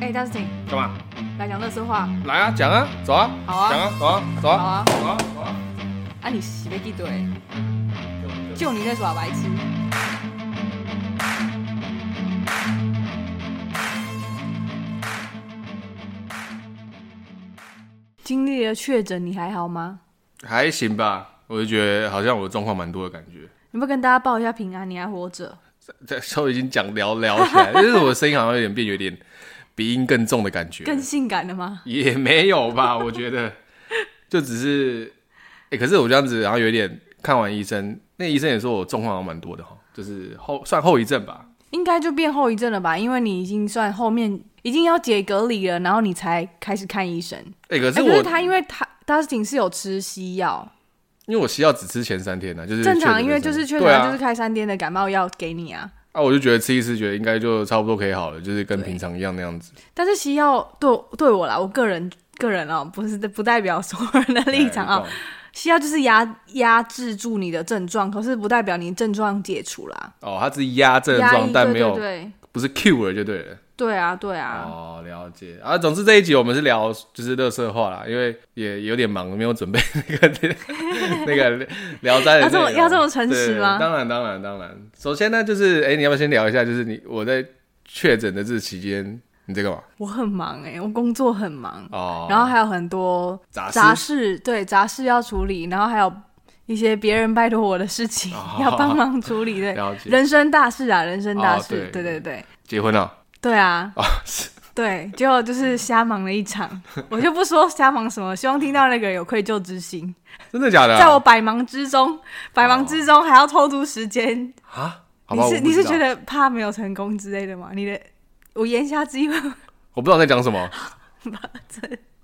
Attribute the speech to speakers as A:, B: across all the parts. A: 哎，大师请
B: 干嘛？
A: 来讲乐色话，
B: 来啊，讲啊，走啊，
A: 好啊
B: 讲啊，走啊，走
A: 好
B: 啊，
A: 啊！
B: 走啊，走啊。
A: 啊，你洗被地怼，就你在耍白痴。经历了确诊，你还好吗？
B: 还行吧，我就觉得好像我的状况蛮多的感觉。
A: 你不跟大家报一下平安，你还活着？
B: 这都已经讲聊 聊起来，因为我的声音好像有点变，有点鼻音更重的感觉，
A: 更性感了吗？
B: 也没有吧？ 我觉得就只是，哎、可是我这样子，然后有一点看完医生，那医生也说我状况好像蛮多的哈，就是后算后遗症吧。
A: 应该就变后遗症了吧？因为你已经算后面已经要解隔离了，然后你才开始看医生。
B: 哎、可
A: 哎
B: 是
A: 可
B: 我、
A: 是他因为他 Dustin 是有吃西药，
B: 因为我西药只吃前三天呢、啊就是
A: 正
B: 确
A: 常，
B: 诊
A: 因为
B: 的
A: 就
B: 三
A: 是
B: 天
A: 确
B: 对
A: 诊
B: 啊
A: 就是开三天的感冒药给你啊。
B: 啊，我就觉得吃一次，觉得应该就差不多可以好了，就是跟
A: 对
B: 平常一样那样子。
A: 但是西药对对我啦，我个
B: 嗯
A: 人个人哦、不是不代表所有人的 立场啊、
B: 哎，
A: 西药就是压压制住你的症状，可是不代表你症状解除啦。
B: 哦，他是压症
A: 压
B: 状
A: 抑，，
B: 但
A: 对
B: 没
A: 对
B: 有
A: 对，
B: 不是 Q 了就对了。
A: 对啊对啊。
B: 哦，了解啊。总之这一集我们是聊就是乐色话啦，因为也有点忙，没有准备那个 那个聊斋的
A: 要这么
B: 内容
A: 要这么诚实吗
B: 对当然，当然，当然。首先呢，就是哎、你要不要先聊一下？就是你我在确诊的这期间，你在干嘛？
A: 我很忙哎、我工作很忙，
B: 哦，
A: 然后还有很多
B: 杂事
A: 杂事，对杂事要处理，然后还有一些别人拜托我的事情、
B: 哦
A: 要帮忙处理，对，
B: 了解
A: 人生大事啊，人生大
B: 哦
A: 事，
B: 对
A: 对对对
B: 结婚了
A: 对啊，
B: 啊、是
A: 对，结果就是瞎忙了一 场，我就不说瞎忙什么，希望听到那个人有愧疚之心，
B: 真的假的啊、
A: 在我百忙之中，百忙之中还要抽出时间，
B: 啊，好
A: 你
B: 吧，
A: 是
B: 我不
A: 你是
B: 知道
A: 觉得怕没有成功之类的吗？你的我言下之意，
B: 我不知道在讲 什么。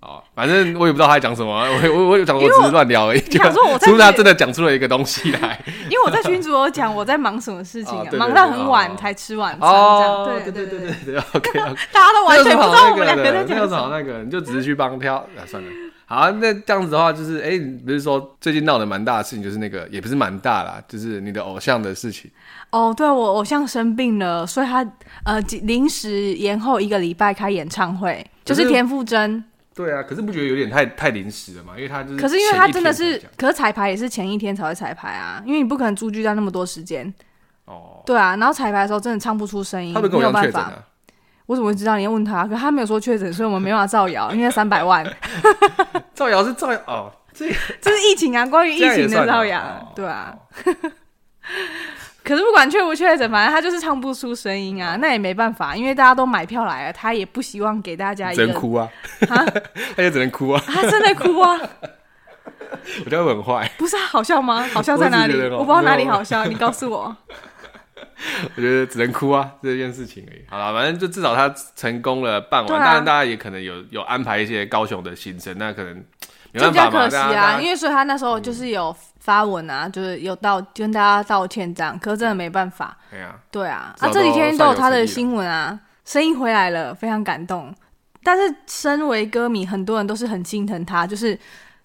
B: 哦，反正我也不知道他在讲什么，我我我讲我
A: 因为
B: 只
A: 我
B: 是乱聊而已。
A: 你想说我在
B: 除非他真的讲出了一个东西 来。
A: 因为我在群主有 讲我在忙什么事情
B: 哦
A: 啊，
B: 对对
A: 忙到
B: 对
A: 很
B: 哦
A: 晚才吃晚餐，这样、对
B: 对哦对
A: 对
B: 对对，OK OK，
A: 大家都完全不知道我们两个在
B: 的，那
A: 讲
B: 有
A: 什
B: 什么好
A: 么。
B: 那个，你就只是去帮挑，啊，算了。好啊，那这样子的话，就是哎，你不是说最近闹得蛮大的事情，就是那个也不是蛮大啦，就是你的偶像的事情。
A: 哦，对我偶像生病了，所以他呃几临时延后一个礼拜开演唱会，就
B: 可
A: 是
B: 是
A: 田馥甄。
B: 对啊，可是不觉得有点太太临时了嘛？因为他就是，
A: 可是因为他真的是，可是彩排也是前一天才会彩排啊，因为你不可能租居在那么多时间。
B: 哦，
A: 对啊，然后彩排的时候真的唱不出声音，
B: 他不
A: 没
B: 跟我
A: 有
B: 一样
A: 办
B: 确诊
A: 法。
B: 啊。
A: 我怎么会知道？你要问他，可他没有说确诊，所以我们没办法造谣，因为三百 万，
B: 造谣是造谣哦，这
A: 这是疫情啊，关于疫
B: 这样也
A: 情的
B: 算
A: 造
B: 哦
A: 谣，
B: 哦
A: 对啊。 可是不管确不确诊，反正他就是唱不出声音
B: 哦
A: 啊，那也没办法，因为大家都买票来了，他也不希望给大家一
B: 只能
A: 个，
B: 哭啊， 他就只能哭 啊，
A: 他真的哭啊，
B: 我觉得我很坏，
A: 不是啊好笑吗？好笑在哪里？
B: 我只是觉得很好
A: 我不知道哪里好笑，你告诉我。
B: 我觉得只能哭啊这件事情而已。好了，反正就至少他成功了办
A: 对
B: 完，
A: 啊
B: 当然大家也可能有有安排一些高雄的行程，那可能没
A: 就
B: 办
A: 比较
B: 法嘛，
A: 可惜
B: 大家大
A: 啊，
B: 家
A: 因为所以他那时候就是有发文啊，就是有道跟大家道歉这样，可是真的没办法，
B: 哎呀，
A: 对啊，
B: 至
A: 啊
B: 少
A: 这几天都有他
B: 都算有诚意
A: 的
B: 了
A: 新闻啊，声音回来了，非常感动。但是身为歌迷，很多人都是很心疼他，就是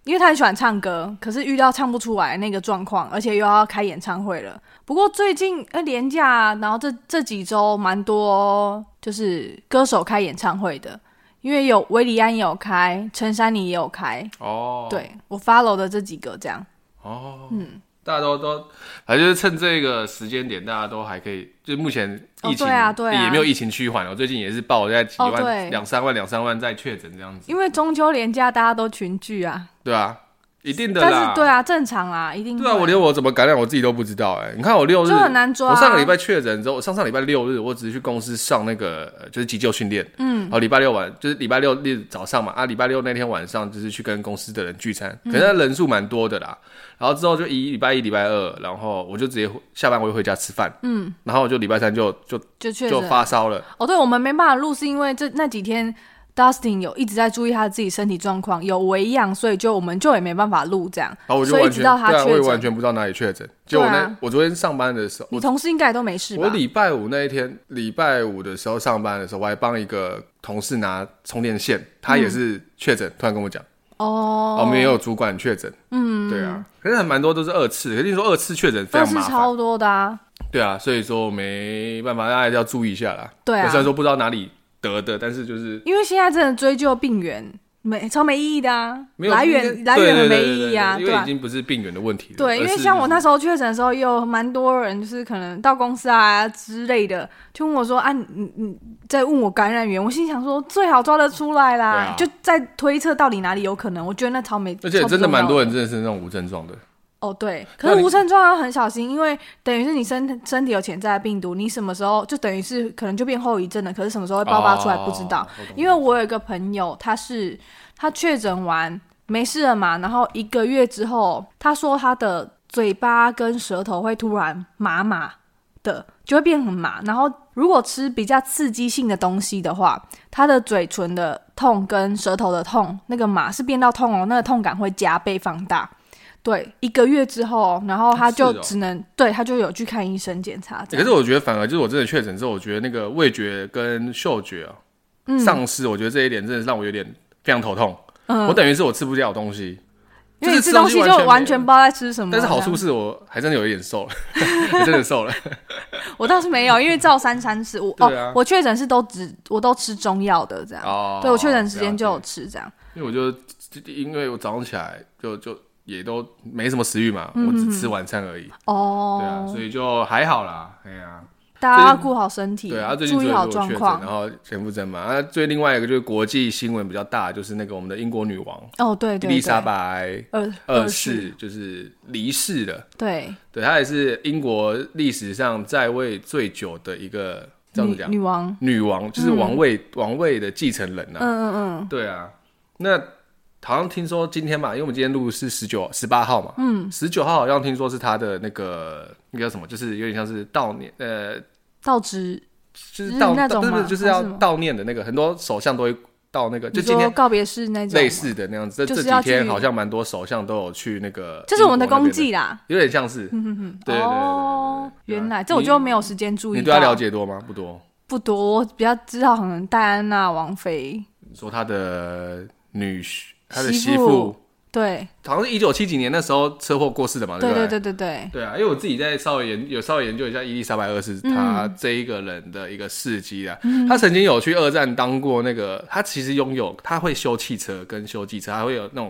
A: 因为他很喜欢唱歌，可是遇到唱不出来那个状况，而且又要开演唱会了。不过最近呃廉价，然后这这几周蛮多就是歌手开演唱会的，因为有韦礼安也有开，陈珊妮也有开，
B: 哦，，
A: 对我 follow 的这几个这样，
B: 哦，嗯，大家都都，反正就是趁这个时间点，大家都还可以，就是目前
A: 哦
B: 疫情、
A: 对啊对啊
B: 也没有疫情趋缓，我最近也是报在几
A: 哦对
B: 万、两、三万、两三万在确诊这样子，
A: 因为中秋廉价大家都群聚啊，
B: 对啊，一定的啦，
A: 但是对啊，正常啊，一定
B: 对啊，
A: 会
B: 我连我怎么感染我自己都不知道哎、你看我六日
A: 就很难抓啊
B: 我上个礼拜确诊之后，我上上礼拜六日，我只是去公司上那个呃就是急救训练，嗯，然后礼拜六晚就是礼拜六日早上嘛，啊，礼拜六那天晚上就是去跟公司的人聚餐，
A: 嗯
B: 可是那人数蛮多的啦。然后之后就一礼拜一、礼拜二，然后我就直接回下班我就回家吃饭，嗯，然后我就礼拜三就就
A: 就确
B: 就
A: 诊
B: 发烧了，
A: 哦，对，我们没办法录，是因为这那几天 Dustin 有一直在注意他自己身体状况，有维养，所以就我们就也没办法录这样。
B: 然后我就
A: 所以
B: 完
A: 直
B: 全
A: 到他
B: 对啊，我
A: 确
B: 也完
A: 诊，
B: 全不知道哪里确诊。结果
A: 对
B: 那、
A: 啊
B: 我昨天上班的时候，
A: 你同事应该也都没事
B: 我
A: 吧？
B: 礼拜五那一天，礼拜五的时候上班的时候，我还帮一个同事拿充电线，他
A: 嗯
B: 也是确诊，突然跟我讲，
A: 哦，
B: 我们也有主管确诊，嗯，对啊，可是还蛮多都是二次，可是你说二次确诊非
A: 但
B: 常
A: 是
B: 麻烦，
A: 超多的啊。
B: 对啊，所以说没办法，大家还是要注意一下啦。
A: 对啊
B: 虽然说不知道哪里得的，但是就是
A: 因为现在真的追究病源没超没意义的啊，
B: 没有
A: 来
B: 应
A: 源来
B: 该
A: 源
B: 对
A: 很没
B: 对对对对
A: 意义啊，
B: 因为
A: 吧
B: 已？经不是病源的问题了。
A: 对，因
B: 而
A: 为
B: 是
A: 像我
B: 就是
A: 那时候确诊的时候，也有蛮多人就是可能到公司啊之类的，就问我说啊，你你你在问我感染源，我心想说最好抓得出来啦，
B: 对啊
A: 就在推测到底哪里有可能。我觉得那超没，
B: 而且
A: 超不
B: 真的蛮
A: 重
B: 多
A: 要
B: 人真的是那种无症状的，
A: 哦，对，可
B: 那
A: 是
B: 你
A: 无症状要很小心，因为等于是你身身体有潜在的病毒，你什么时候就等于是可能就变后遗症了，可是什么时候会爆发出来不知道。
B: 哦我懂
A: 因为我有一个朋友，他是呃他确诊完没事了嘛，然后一个月之后，他说他的嘴巴跟舌头会突然麻麻的，就会变很麻。然后如果吃比较刺激性的东西的话，他的嘴唇的痛跟舌头的痛，那个麻是变到痛哦，那个痛感会加倍放大。对，一个月之后，然后他就是
B: 哦
A: 只能、对他就有去看医生检查这
B: 欸可
A: 样。
B: 是我觉得反而就是我真的确诊之后，我觉得那个味觉跟嗅觉啊、
A: 嗯
B: 丧失，我觉得这一点真的让我有点非常头痛。
A: 嗯
B: 我等于是我吃不掉东西，
A: 因为你
B: 就是
A: 吃
B: 吃东
A: 东
B: 西
A: 西就
B: 完全
A: 完全
B: 没
A: 不知道在吃什么。
B: 但是好
A: 这
B: 处
A: 样
B: 是我还真的有一点瘦了， 真 的瘦了。
A: 我倒是没有，因为照三餐吃，我、
B: 对啊
A: 哦，我确诊是都只我都吃中药的这样。
B: 哦
A: 对我确诊时
B: 了
A: 间
B: 解
A: 就有吃这样。
B: 因为我就因为我早上起来就就也都没什么食欲嘛，我只吃晚餐而已。
A: 嗯哦，
B: 对啊，所以就还好啦。哎呀、
A: 大家要顾好身体，
B: 对啊，最近
A: 注意好
B: 就是
A: 状
B: 我确诊然
A: 况。
B: 后全部针嘛。啊，最另外一个就是国际新闻比较大，就是那个我们的英国女王
A: 哦，对
B: 伊
A: 对对，
B: 丽莎白
A: 二
B: 二
A: 二世，
B: 世，就是离世了。
A: 对，
B: 对，她也是英国历史上在位最久的一个，这样子
A: 女
B: 讲，
A: 女王，
B: 女王就是王位、王位的继承人呐、啊。
A: 嗯嗯
B: 对啊，那好像听说今天嘛，因为我们今天录是十九、十八号嘛，嗯，十九号好像听说是她的那个那个叫什么，就是有点像是悼念，呃，
A: 嗯，到职
B: 就是是悼
A: 嗯那
B: 悼
A: 种
B: 不是不是
A: 吗
B: 就是
A: 还是
B: 要
A: 什么
B: 悼念的那个，很多首相都会到那个，就
A: 你
B: 今
A: 说
B: 天
A: 告别式那种吗
B: 类，似的那样子。这
A: 就是
B: 这
A: 要
B: 几天
A: 去
B: 好像蛮多首相都有去那个，
A: 这是我们的功，绩嗯啦。
B: 有点像是。对对对对对对
A: 哦，
B: 对啊
A: 原来
B: 你
A: 这我就没有时间注意
B: 你
A: 到。
B: 对他了解多吗？不多。
A: 不多，我比较知道可能戴安娜王妃，
B: 你说他的女婿，他的
A: 媳
B: 媳妇
A: 妇，对
B: 好像是一九七几年那时候车祸过世的嘛，
A: 对
B: 不
A: 对
B: 哦对
A: 对对对，
B: 对啊，因为我自己在稍微研有稍微研究一下伊丽莎白二世她
A: 嗯
B: 这一个人的一个事迹啊，她曾经有去二战当过那个，她其实拥有，她会修汽车跟修机车，还会有那种，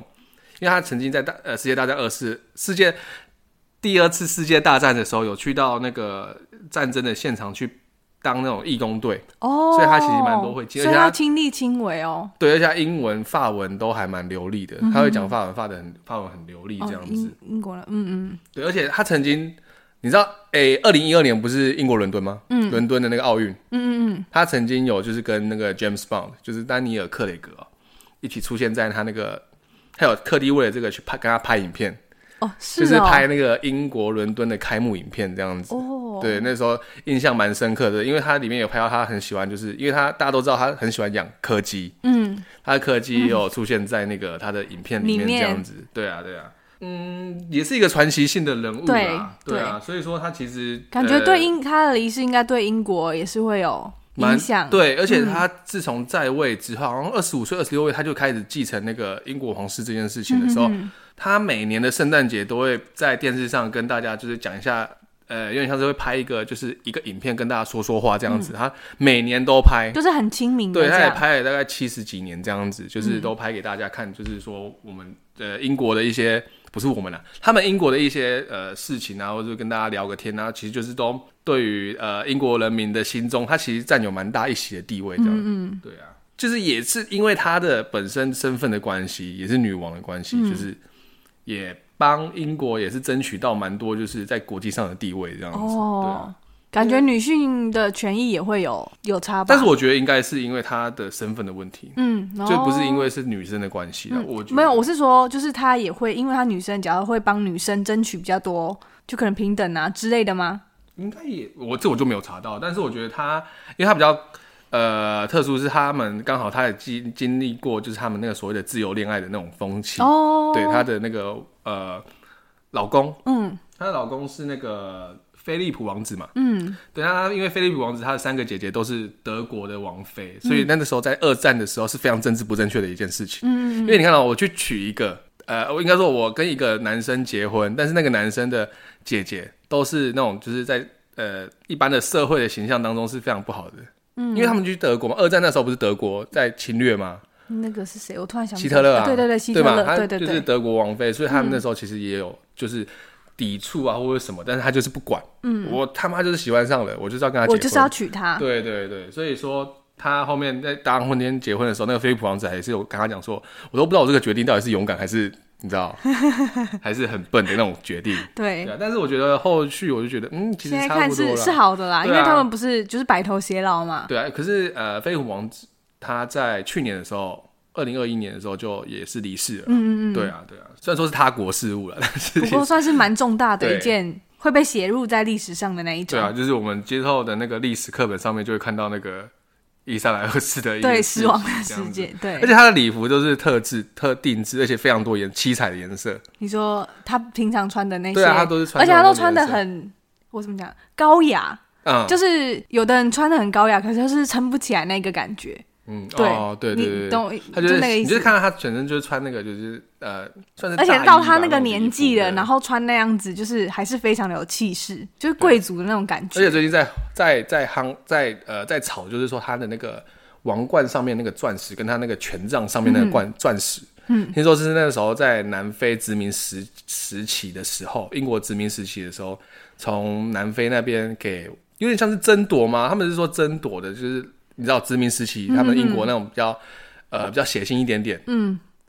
B: 因为她曾经在大呃世界大战二世世界第二次世界大战的时候，有去到那个战争的现场去当那种义工队，
A: 哦，
B: 所以他其实蛮多会接
A: 所
B: 而
A: 以
B: 且他
A: 他亲力亲为哦，
B: 对，而且她英文、法文都还蛮流利的，她会讲法文，法的很法文很流利
A: 嗯哦
B: 这样子。
A: 英英国人，嗯嗯，
B: 对，而且他曾经，你知道，诶、2二零一二年不是英国伦敦吗？嗯，伦敦的那个奥运，嗯嗯嗯，他曾经有就是跟那个 James Bond，就是丹尼尔·克雷格哦、一起出现在他那个，还有特地为了这个去拍跟他拍影片，
A: 哦
B: 就是
A: 哦，
B: 拍那个英国伦敦的开幕影片这样子。
A: 哦，
B: 对，那时候印象蛮深刻的，因为他里面有拍到他很喜欢，就是因为他大家都知道他很喜欢养柯基，
A: 嗯，
B: 他的柯基也有出现在那个他的影片里
A: 里
B: 面这
A: 面
B: 样子。对啊，对啊，嗯，也是一个传奇性的人物啦，
A: 对
B: 对啊，所以说他其实
A: 感觉
B: 呃
A: 对英他的离世应该对英国也是会有
B: 蛮
A: 影响，
B: 对，而且他自从在位之后，好像二十五岁、二十六岁，他就开始继承那个英国皇室这件事情的时
A: 嗯
B: 候，他每年的圣诞节都会在电视上跟大家就是讲一下，呃，有点像是会拍一个就是一个影片跟大家说说话这样
A: 嗯
B: 子，他每年都拍。
A: 就是很亲民的
B: 对，
A: 这
B: 他也
A: 样，嗯
B: 拍了大概七十几年这样子，就是都拍给大家看，就是说我们呃英国的一些不是我们啦，他们英国的一些呃事情啊，或者跟大家聊个天啊，其实就是都对于呃英国人民的心中，他其实占有蛮大一席的地位，这样，嗯对啊，就是也是因为他的本身身份的关系，也是女王的关系，
A: 嗯
B: 就是也帮英国也是争取到蛮多，就是在国际上的地位这样子，对啊
A: 哦。感觉女性的权益也会有有差吧，
B: 但是我觉得应该是因为她的身份的问题，
A: 嗯，
B: 就不
A: 哦嗯
B: 是因为是女生的关系啦，我觉得
A: 没有，我是说，就是他也会，因为他女生，假如会帮女生争取比较多，就可能平等啊之类的吗？
B: 应该也我这我就没有查到，但是我觉得他，因为他比较呃特殊，是他们刚好他也经经历过，就是他们那个所谓的自由恋爱的那种风气，
A: 哦，
B: 对他的那个呃老公，
A: 嗯，
B: 她的老公是那个菲利普王子嘛，
A: 嗯，
B: 对，那他因为菲利普王子他的三个姐姐都是德国的王妃，所以那个时候在二战的时候是非常政治不正确的一件事情。嗯，因为你看到、我去娶一个，呃，我应该说我跟一个男生结婚，但是那个男生的姐姐都是那种就是在呃一般的社会的形象当中是非常不好的，嗯，因为他们去德国嘛，二战那时候不是德国在侵略吗？
A: 那个是谁？我突然想不
B: 希
A: 起
B: 特勒
A: 来
B: 啊，
A: 对对对，希特
B: 嘛
A: 勒，
B: 他
A: 对对嗯
B: 就是
A: 对，
B: 德国王妃，所以他们那时候其实也有就是抵触啊或者什么，但是他就是不管，嗯，我他妈就是喜欢上了，我就是要跟他结
A: 我
B: 婚，
A: 就是要娶她。
B: 对对对，所以说他后面在当婚天结婚的时候，那个菲利普王子还是有跟他讲说，我都不知道我这个决定到底是勇敢还是你 知道，还是很笨的那种决定。对
A: 对，
B: 啊，但是我觉得后续我就觉得，嗯，其实
A: 现在
B: 差
A: 看
B: 不多
A: 是是
B: 了。
A: 好的啦，因
B: 对啊
A: 为他们不是就是白头偕老嘛。
B: 对啊，可是呃，菲利普王子他在去年的时候，二零二一年的时候就也是离世了。嗯嗯嗯，对啊对啊，虽然说是他国事务了，但 是
A: 不过算是蛮重大的
B: 对
A: 一件，会被写入在历史上的那一种
B: 对。啊，就是我们接受的那个历史课本上面就会看到那个伊莎莱二世的一个
A: 对，
B: 事
A: 死亡
B: 情
A: 的
B: 这样
A: 世
B: 子
A: 界。对
B: 而，且他的礼服都是特制、特定制，而且非常多颜七彩的颜色。
A: 你说他平常穿的那些，
B: 对啊，他都是穿，
A: 而且他都穿的，很，我怎么讲，高雅。
B: 嗯，
A: 就是有的人穿的很高雅，可是就是撑不起来那个感觉。
B: 嗯，
A: 对
B: 哦，对对对
A: 你
B: 对，
A: 懂，
B: 他就是
A: 那个意
B: 你
A: 思。
B: 就是看到他全身就是穿那个就是呃，算是
A: 而且
B: 大衣
A: 到
B: 吧
A: 他那个年纪了，
B: 种衣服啊
A: 然后穿那样子，就是还是非常的有气势，就是贵族的那种感
B: 而且
A: 觉。
B: 最近在在在夯在呃在炒，就是说他的那个王冠上面那个钻石，跟他那个权杖上面那个冠钻石。嗯，听说是那个时候在南非殖民时时期的时候，英国殖民时期的时候，从南非那边给有点像是争夺吗？他们是说争夺的，就是你知道殖民时期，他
A: 嗯
B: 们英国那种比较、呃比较血腥一点点，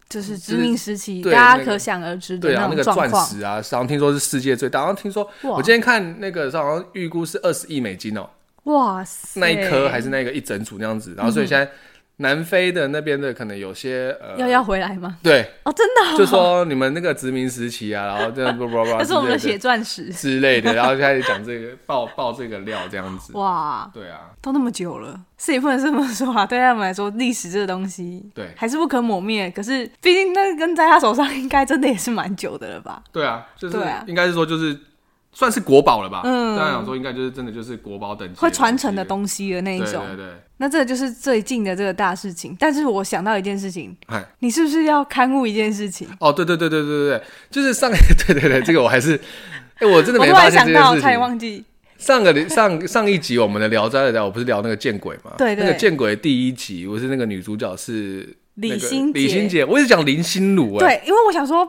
A: 就是殖民时期，
B: 嗯对
A: 大家
B: 那个
A: 可想而知的
B: 对啊，那
A: 种
B: 个
A: 状
B: 钻
A: 况。
B: 石啊，然后听说是世界最大，然后听说
A: 哇
B: 我今天看那个好像预估是二十亿美金哦、
A: 哇塞！
B: 那一颗还是那个一整组那样子。然后
A: 嗯
B: 所以现在南非的那边的可能有些呃，
A: 要要回来吗？
B: 对，
A: 哦，真的哦，
B: 就说你们那个殖民时期啊，然后这样叭叭叭
A: 那是我们的
B: 之类
A: 血钻石。
B: 之类的，然后就开始讲这个爆爆这个料这样子。
A: 哇，
B: 对啊，
A: 都那么久了，是也不能这么说啊。对他们来说，历史这个东西，
B: 对
A: 还是不可磨灭。可是，毕竟那根在他手上，应该真的也是蛮久的了吧？
B: 对啊，就是
A: 对啊
B: 应该是说就是算是国宝了吧？
A: 嗯
B: 当然讲说应该就是真的就是国宝等级
A: 会传承的
B: 东
A: 东西的那
B: 西
A: 一种。
B: 啊对对对，
A: 那这就是最近的这个大事情。但是我想到一件事情，
B: 嗨。
A: 你是不是要刊物一件事情？
B: 哎哦，对对对对对对对，就是上个 对对对，这个我还是，哎、我真的
A: 我
B: 没
A: 突
B: 发
A: 然
B: 现
A: 想
B: 这件
A: 到，
B: 事
A: 差点
B: 情。
A: 忘记。
B: 上个礼上上一集我们的《聊斋》的聊，我不是聊那个见鬼嘛？
A: 对对
B: 那个见鬼第一集，我是那个女主角是那个
A: 李心洁
B: 李心洁，我一直讲林心如哎、
A: 对，因为我想说，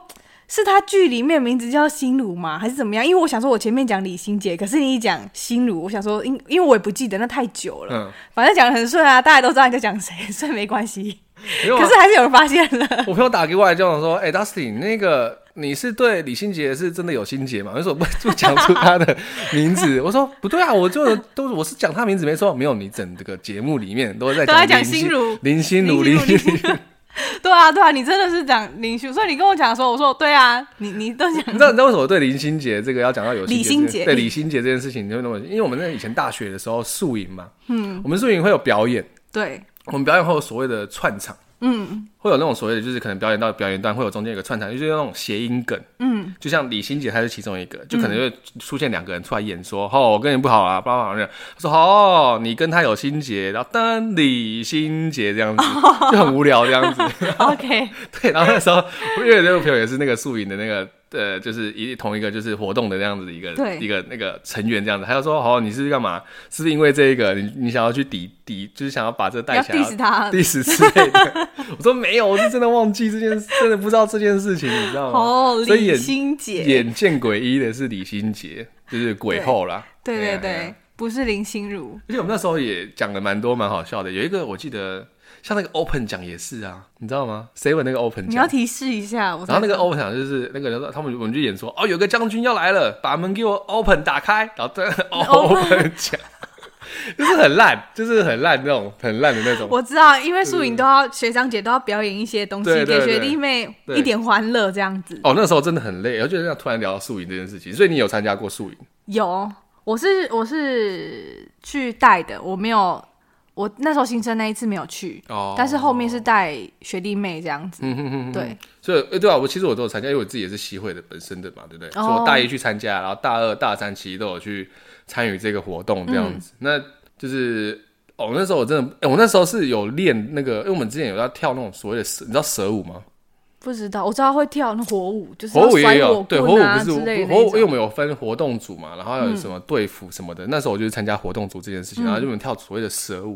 A: 是他剧里面名字叫心如吗？还是怎么样？因为我想说，我前面讲李心洁，可是你一讲心如，我想说，因因为我也不记得，那太久了。
B: 嗯，
A: 反正讲的很顺啊，大家都知道你在讲谁， 所以没关系。
B: 没有啊
A: 可是还是有人发现了，
B: 我朋友打给我来叫我说，哎、d u s t i n 那个你是对李心洁是真的有心结吗？为什么不不讲出她的名 字？我说不对啊，我就都我是讲她名字没错，没有你整个节目里面都在
A: 都在
B: 讲
A: 讲
B: 林
A: 心如
B: 林心如
A: 林
B: 林
A: 心如
B: 心如。
A: 对啊，对啊，你真的是讲林秀，所以你跟我讲的时候，我说对啊，你你都讲
B: 你知道你知道为什么对林心洁这个要讲到有
A: 李心洁
B: 对李心洁这件事情你会那么，因为我们那以前大学的时候宿营嘛，嗯，我们宿营会有表演，
A: 对，
B: 我们表演会有所谓的串场，嗯，会有那种所谓的就是可能表演到表演段会有中间有个串场，就是那种谐音梗，嗯，就像李心洁她是其中一个，就可能会出现两个人出来演说，哦，我跟你不好啊，不好那样，他说哦，你跟他有心结，然后当李心洁这样子就很无聊这样子，
A: OK，
B: 对，然后那时候我因为那个朋友也是那个宿营的那个呃，就是一同一个就是活动的那样子的一个
A: 对
B: 一个那个成员这样子，他就说哦，你是干嘛？是不是因为这一个你你想要去抵抵，就是想要把这带
A: 要
B: 起来
A: diss 他，
B: diss 之类的？ 我说没有，我是真的忘记这件，事，真的不知道这件事情，你知道吗？
A: 哦，
B: 所以
A: 李
B: 演
A: 心洁，
B: 眼见鬼一的是李心洁，就是鬼后啦。
A: 对
B: 哎
A: 对
B: 呀哎呀
A: 对，不是林心如，
B: 而且我们那时候也讲的蛮多蛮好笑的，有一个我记得像那个 open 奖也是啊，你知道吗？seven 那个 open
A: 你要
B: 奖。
A: 提示一下，我才
B: 然后那个 open 场就是那个人说，他们我们就演说，哦，有个将军要来了，把门给我 open 打开，然后对 open 讲，就是很烂，就是很烂那种，很烂的那种。
A: 我知道，因为素影都要学长姐都要表演一些东西
B: 对对
A: 给学
B: 对
A: 弟妹
B: 对
A: 一点欢乐这样子。
B: 哦，那时候真的很累，而且这样突然聊到宿营这件事情，所以你有参加过宿营？
A: 有，我是我是去带的，我没有，我那时候新生那一次没有去，
B: 哦
A: 但是后面是带学弟妹这样子。
B: 嗯哼哼哼，
A: 对，
B: 所以呃对啊，我其实我都有参加，因为我自己也是西会的本身的嘛，对不对？
A: 哦
B: 所以我大一去参加，然后大二、大三其实都有去参与这个活动这样
A: 嗯
B: 子。那就是哦，那时候我真的，哎我那时候是有练那个，因为我们之前有要跳那种所谓的蛇，你知道蛇舞吗？
A: 不不知道，我知道会跳那火舞，就是
B: 火舞
A: 要
B: 也
A: 甩
B: 有，对，火
A: 棍
B: 舞
A: 啊
B: 不是
A: 之类的
B: 火
A: 那
B: 舞，因为我
A: 种。
B: 们有分活动组嘛，然后还有什么队服什么的。那时候我就是参加活动组这件事
A: 嗯
B: 情，然后就有人跳所谓的蛇舞。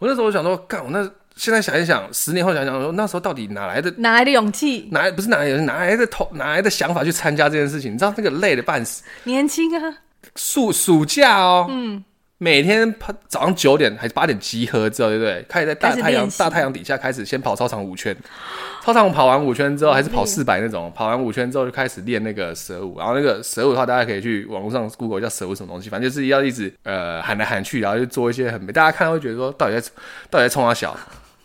B: 我那时候我想说，干，我那现在想一想，十年后想一想，我说那时候到底哪来的
A: 哪来的勇气？
B: 哪来不是哪来的哪来的头哪来的想法去参加这件事情？你知道那个累的半死，
A: 年轻啊，
B: 暑暑假哦，嗯，每天跑早上九点还是八点集合之后，对不对？开始在大
A: 开始
B: 太阳
A: 练习
B: 大太阳底下开始先跑操场五圈，操场跑完五圈之后还是跑四百那种，跑完五圈之后就开始练那个蛇舞，然后那个蛇舞的话，大家可以去网络上 Google 叫蛇舞什么东西，反正就是要一直呃喊来喊去，然后就做一些很美，大家看到会觉得说到底在到底在冲他小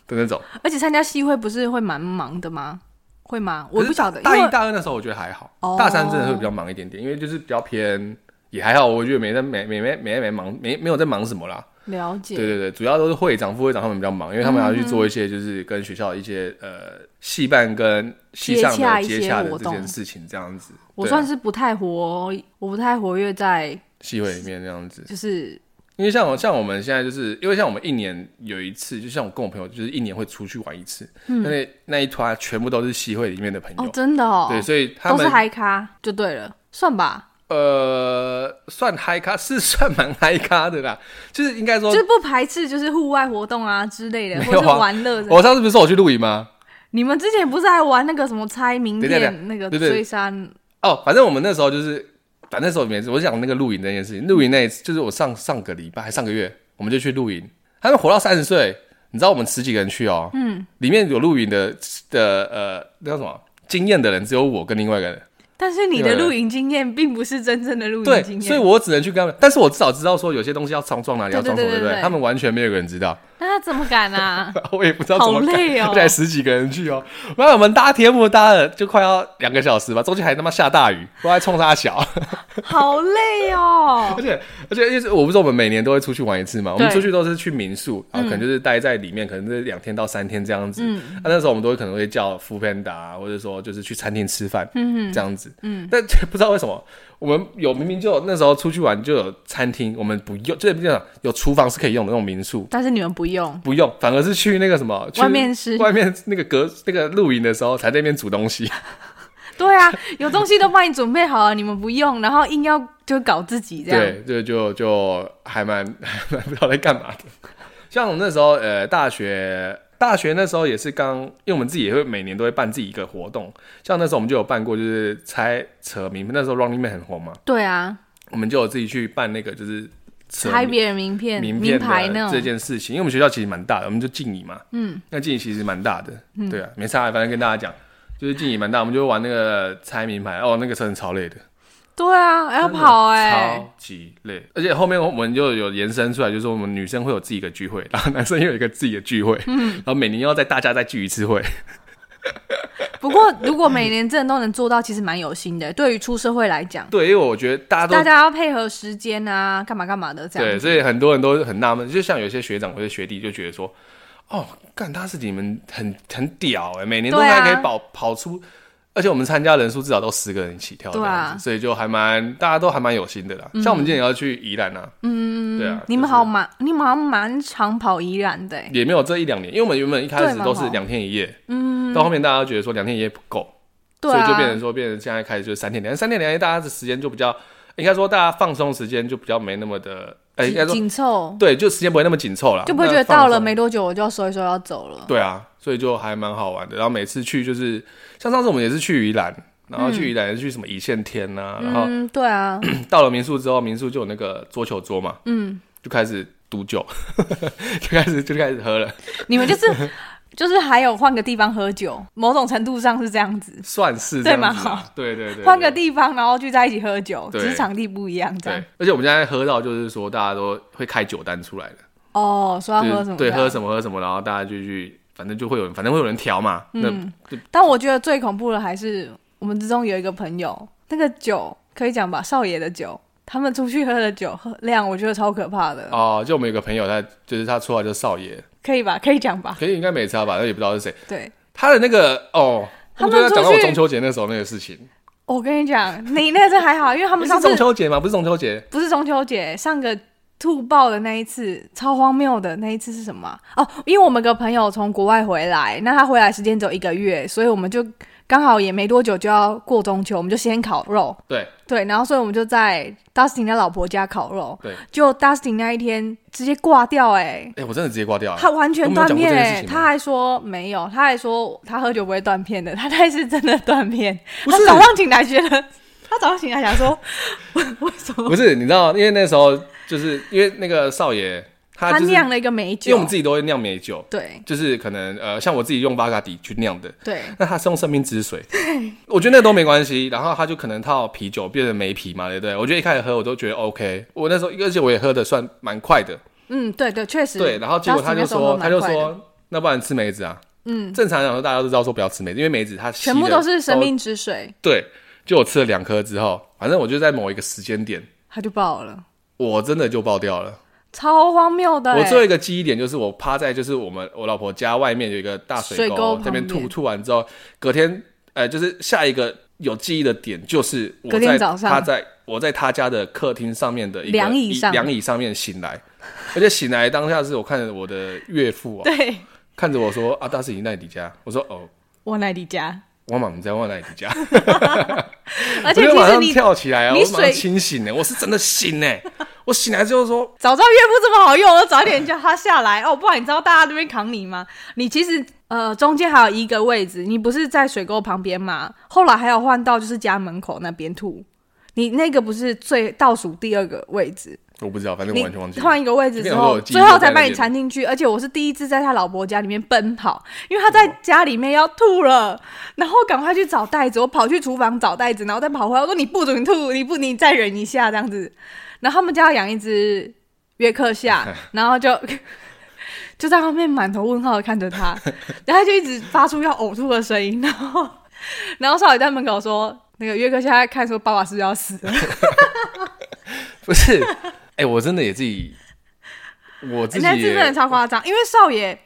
B: 的那种。
A: 而且参加戏会不是会蛮忙的吗？会吗？ 我
B: 可是
A: 不晓得，因
B: 大一
A: 为
B: 大二那时候我觉得还好，
A: 哦
B: 大三真的会比较忙一点点，因为就是比较偏。也还好，我觉得没在没没没没没忙没没有在忙什么啦，
A: 了解，
B: 对对对，主要都是会长、副会长他们比较忙，因为他们要去做一些就是跟学校的一些呃系办跟系上
A: 接洽
B: 的
A: 一些
B: 接洽的
A: 活
B: 这
A: 动
B: 件事情，这样子。
A: 我
B: 对啊
A: 算是不太活，我不太活跃在
B: 系会里面这样子，
A: 就是
B: 因为像我像我们现在就是因为像我们一年有一次，就像我跟我朋友就是一年会出去玩一次，
A: 嗯
B: 那那一团全部都是系会里面的朋
A: 哦，
B: 友，
A: 真的哦，
B: 对，所以他
A: 都是
B: 们
A: 嗨咖就对了，算吧，
B: 呃算嗨咖 是算蛮嗨咖的啦，就是应该说
A: 就是不排斥就是户外活动啊之类的，
B: 没
A: 或
B: 有
A: 者
B: 啊
A: 是玩乐的。
B: 我上次不是说我去露营吗？
A: 你们之前不是还玩那个什么猜名
B: 对对
A: 片那个
B: 对对
A: 追山？
B: 哦，反正我们那时候就是，反正那时候没事。我讲那个露营那件事情，露营那一次就是我上上个礼拜还上个月，我们就去露营。他们活到三十岁，你知道我们十几个人去哦，嗯，里面有露营的的呃那叫什么经验的人，只有我跟另外一个人，
A: 但是你的
B: 对对
A: 露营经验并不是真正的露营
B: 对
A: 经，验，
B: 所以我只能去跟他们。但是我至少知道说有些东西要装装哪里，
A: 对
B: 要装什么，
A: 对
B: 对
A: 对
B: 不
A: 对
B: 对？他们完全没有一个人知道，
A: 那他怎么敢啊？
B: 我也不知道怎
A: 好
B: 么
A: 累哦
B: 干而且才十几个人去哦，妈，我们搭天幕搭了就快要两个小时吧，中间还他妈下大雨，我还冲他小。
A: 好累哦
B: 而，且而且，就是我不是我们每年都会出去玩一次嘛，我们
A: 对嗯
B: 出去都是去民宿，然后可能就是待在里面，可能是两天到三天这样子。嗯，那、那时候我们都会可能会叫 f o o Panda，啊或者说就是去餐厅吃饭，嗯，这样子。嗯，但不知道为什么我们有明明就有那时候出去玩就有餐厅，我们不用，就是这样有厨房是可以用的那种民宿。
A: 但是你们不用，
B: 不用，反而是去那个什么，去
A: 外面吃
B: 外面那个隔那个露营的时候，才在那边煮东西。
A: 对啊，有东西都帮你准备好了，你们不用，然后硬要就搞自己这样，
B: 对，就就就还蛮 还蛮不知道在干嘛的。像我们那时候，呃，大学大学那时候也是刚，因为我们自己也会每年都会办自己一个活动，像那时候我们就有办过，就是猜扯名，那时候 Running Man 很红嘛，
A: 对啊，
B: 我们就有自己去办那个就是扯
A: 拍
B: 名
A: 别人名片、
B: 名
A: 名
B: 片
A: 牌
B: 的
A: 那
B: 这
A: 种，
B: 件事情，因为我们学校其实蛮大的，我们就静怡嘛，嗯，那静怡其实蛮大的，
A: 嗯
B: 对啊，没差，反正跟大家讲，就是静怡蛮大，我们就玩那个猜名牌，哦，那个真的超累的。
A: 对啊，要跑哎、
B: 超级累。而且后面我们就有延伸出来，就是我们女生会有自己的聚会，然后男生又有一个自己的聚会，
A: 嗯
B: 然后每年要在大家再聚一次会。
A: 不过如果每年真的都能做到，其实蛮有心 的。对于出社会来讲，
B: 对，因为我觉得大家都
A: 大家要配合时间啊，干嘛干嘛的这
B: 对，
A: 样。
B: 所以很多人都很纳闷，就像有些学长或者学弟就觉得说，哦，干他是你们很很屌哎、每年都
A: 对啊
B: 还可以跑、跑出。而且我们参加人数至少都十个人起跳这
A: 对啊嗯
B: 样子，所以就还蛮大家都还蛮有心的啦。像我们今年也要去宜兰啊，嗯，对啊，
A: 你们
B: 就是
A: 好蛮，你们好像蛮常跑宜兰的欸、
B: 也没有这一两年，因为我们原本一开
A: 对
B: 始
A: 嘛
B: 都是
A: 吼
B: 两天一夜，嗯，到后面大家都觉得说两天一夜不够，
A: 对
B: 所以
A: 啊，
B: 就变成说变成现在开始就是三天两夜，三天两夜大家的时间就比较，应该说大家放松时间就比较没那么的，呃、应
A: 紧
B: 该说
A: 紧凑，
B: 对，就时间不会那么紧凑了，
A: 就不会
B: 那
A: 觉得到了
B: 放松
A: 没多久我就要收一收要走了。
B: 对啊，所以就还蛮好玩的。然后每次去就是，像上次我们也是去宜兰，然后去宜兰也是去什么一线天呐、然后
A: 嗯，对 啊，
B: 到了民宿之后，民宿就有那个桌球桌嘛，嗯，就开始赌酒， 就开始就开始喝了。
A: 你们就是就是还有换个地方喝酒，某种程度上是这样子，
B: 算是这
A: 对
B: 样子
A: 嘛
B: 啦对对对对，
A: 换个地方然后聚在一起喝酒，
B: 对
A: 只是场地不一样这
B: 对
A: 样。，
B: 而且我们现在喝到就是说大家都会开酒单出来的，
A: 哦，说要
B: 就是
A: 喝什么？
B: 对，喝
A: 么？
B: 什么喝什么，然后大家就去，反正就会有人，反正会有人调嘛，嗯，
A: 但我觉得最恐怖的还是我们之中有一个朋友，那个酒可以讲吧，少爷的酒，他们出去喝的酒喝量，我觉得超可怕的，
B: 哦，就我们有个朋友他就是他绰号叫少爷，
A: 可以吧？可以讲吧？
B: 可以应该没差吧，但也不知道是谁，
A: 对，
B: 他的那个哦，
A: 他
B: 我
A: 们
B: 觉得讲到
A: 出
B: 我
A: 去
B: 中秋节那时候那个事情，
A: 我跟你讲，你那次还好，因为他
B: 不
A: 们
B: 是
A: 上次
B: 中秋节吗？不是中秋节，
A: 不是中秋节，上个吐爆的那一次，超荒谬的那一次是什么啊、哦，因为我们有个朋友从国外回来，那他回来时间只有一个月，所以我们就刚好也没多久就要过中秋，我们就先烤肉，
B: 对，
A: 对，然后所以我们就在 Dustin 的老婆家烤肉，
B: 对，
A: 就 Dustin 那一天直接挂掉、欸，
B: 哎，我真的直接挂掉
A: 他
B: 了。
A: 完全
B: 我们
A: 断
B: 有讲过
A: 片、
B: 这件事
A: 欸，
B: 情吗
A: 他还说没有，他还说他喝酒不会断片的，他 才是真的断片。
B: 不
A: 他
B: 是
A: 早上醒来觉得，他早上醒来想说， 为为什么
B: 不是，你知道，因为那时候就是因为那个少爷他
A: 他
B: 就是，
A: 酿了一个美酒？
B: 因为我们自己都会酿美酒，
A: 对
B: 就是可能呃，像我自己用巴卡迪去酿的，
A: 对
B: 那他是用生命之水，我觉得那都没关系。然后他就可能套啤酒变成梅啤嘛，对不对？我觉得一开始喝我都觉得 OK，我那时候而且我也喝的算蛮快的，
A: 嗯，对对，确实。
B: 对。然后结果他
A: 当
B: 就
A: 时那时候
B: 说，
A: 喝
B: 他
A: 蛮
B: 就
A: 快的
B: 说，那不然吃梅子啊？
A: 嗯，
B: 正常来说大家都知道说不要吃梅子，因为梅子它吸
A: 全部
B: 的
A: 都是生命之水，
B: 对。就我吃了两颗之后，反正我就在某一个时间点，
A: 他就爆了，
B: 我真的就爆掉了。
A: 超荒谬的、欸。
B: 我最后一个记忆点就是我趴在就是我们我老婆家外面有一个大水
A: 水沟
B: 沟，在那边
A: 旁
B: 吐
A: 边
B: 吐完之后，隔天呃就是下一个有记忆的点就是我
A: 隔天
B: 在
A: 早上
B: 她在我在她家的客厅上面的一个
A: 凉椅
B: 一
A: 上
B: 凉椅上面醒来，而且醒来当下是我看着我的岳父啊，
A: 对，
B: 看着我说啊大师你在你家，我说哦
A: 我奈迪家，
B: 我妈妈在我在你家，
A: 而
B: 我
A: 且
B: 就
A: 其
B: 马
A: 实
B: 上
A: 你
B: 跳起来啊，
A: 你
B: 我马上
A: 水
B: 清醒呢，我是真的醒呢，我醒来之后说
A: 早知道岳不这么好用，我就早点叫他下来哦，不然你知道大家这边扛你吗？你其实呃中间还有一个位置，你不是在水沟旁边吗？后来还有换到就是家门口那边吐，你那个不是最倒数第二个位置，
B: 我不知道，反正我
A: 你
B: 完全忘记了。
A: 换一个位置之
B: 基本上都
A: 后，
B: 有记忆
A: 最后
B: 都在
A: 才
B: 那
A: 把你
B: 边
A: 缠进去，而且我是第一次在他老婆家里面奔跑，因为他在家里面要吐了，然后赶快去找袋子，我跑去厨房找袋子，然后再跑回来，我说你不准吐，你不你再忍一下这样子。然后他们家要养一只约克 夏，然后就 就在后面满头问号的看着 他，然后他就一直发出要呕吐的声音，然后然后少爷在门口说。那个约克夏在看说：“爸爸是不是要死了？
B: 不是，哎、我真的也自己，我自己
A: 哎那次
B: 也
A: 真的超夸张，因为少爷，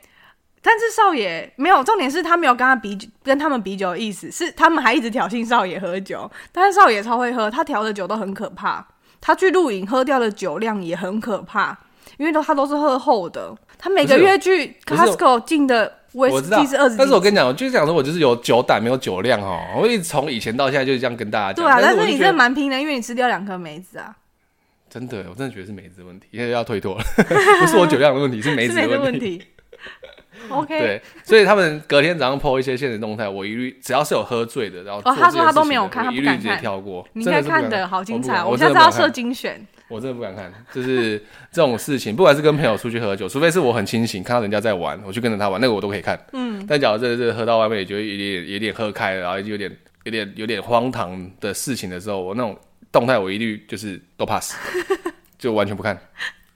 A: 但是少爷没有，重点是他没有跟他比跟他们比酒的意思，是他们还一直挑衅少爷喝酒，但是少爷超会喝，他调的酒都很可怕，他去露营喝掉的酒量也很可怕，因为都他都是喝厚的，他每个
B: 不是哦
A: 月去
B: 不是
A: Costco 进的威
B: 我
A: 士
B: 知道
A: 忌是二十，
B: 但是我跟你讲，我就是讲说，我就是有酒胆，没有酒量哦。我一直从以前到现在就是这样跟大家
A: 对
B: 讲。
A: 啊，
B: 但
A: 但
B: 我
A: 是你
B: 就觉
A: 真的
B: 得
A: 蛮拼的，因为你吃掉两颗梅子啊，
B: 真的，我真的觉得是梅子的问题，现在要退脱了， 不是我酒量的问题，是梅
A: 是
B: 子
A: 没
B: 的
A: 这
B: 问
A: 问
B: 题。
A: 题。OK，
B: 对，所以他们隔天早上 PO 一些现实动态，我一律只要是有喝醉的，然后
A: 哦
B: 做这
A: 他说他
B: 件事
A: 都没
B: 情
A: 有
B: 的
A: 看
B: 我
A: 他
B: 一
A: 不
B: 律
A: 敢
B: 直接
A: 看
B: 跳过。
A: 你应
B: 真
A: 该
B: 是不
A: 看
B: 敢
A: 的好精
B: 我不
A: 彩，哦
B: 敢
A: 我
B: 我
A: 们下次
B: 真的不
A: 要
B: 敢
A: 设
B: 看，
A: 精选。
B: 我真的不敢看，就是这种事情，不管是跟朋友出去喝酒，除非是我很清醒，看到人家在玩，我去跟着他玩，那个我都可以看。
A: 嗯，
B: 但假如真的是喝到外面，也就有点有点喝开了，然后就有点有点有点荒唐的事情的时候，我那种动态我一律就是都 pass，就完全不看，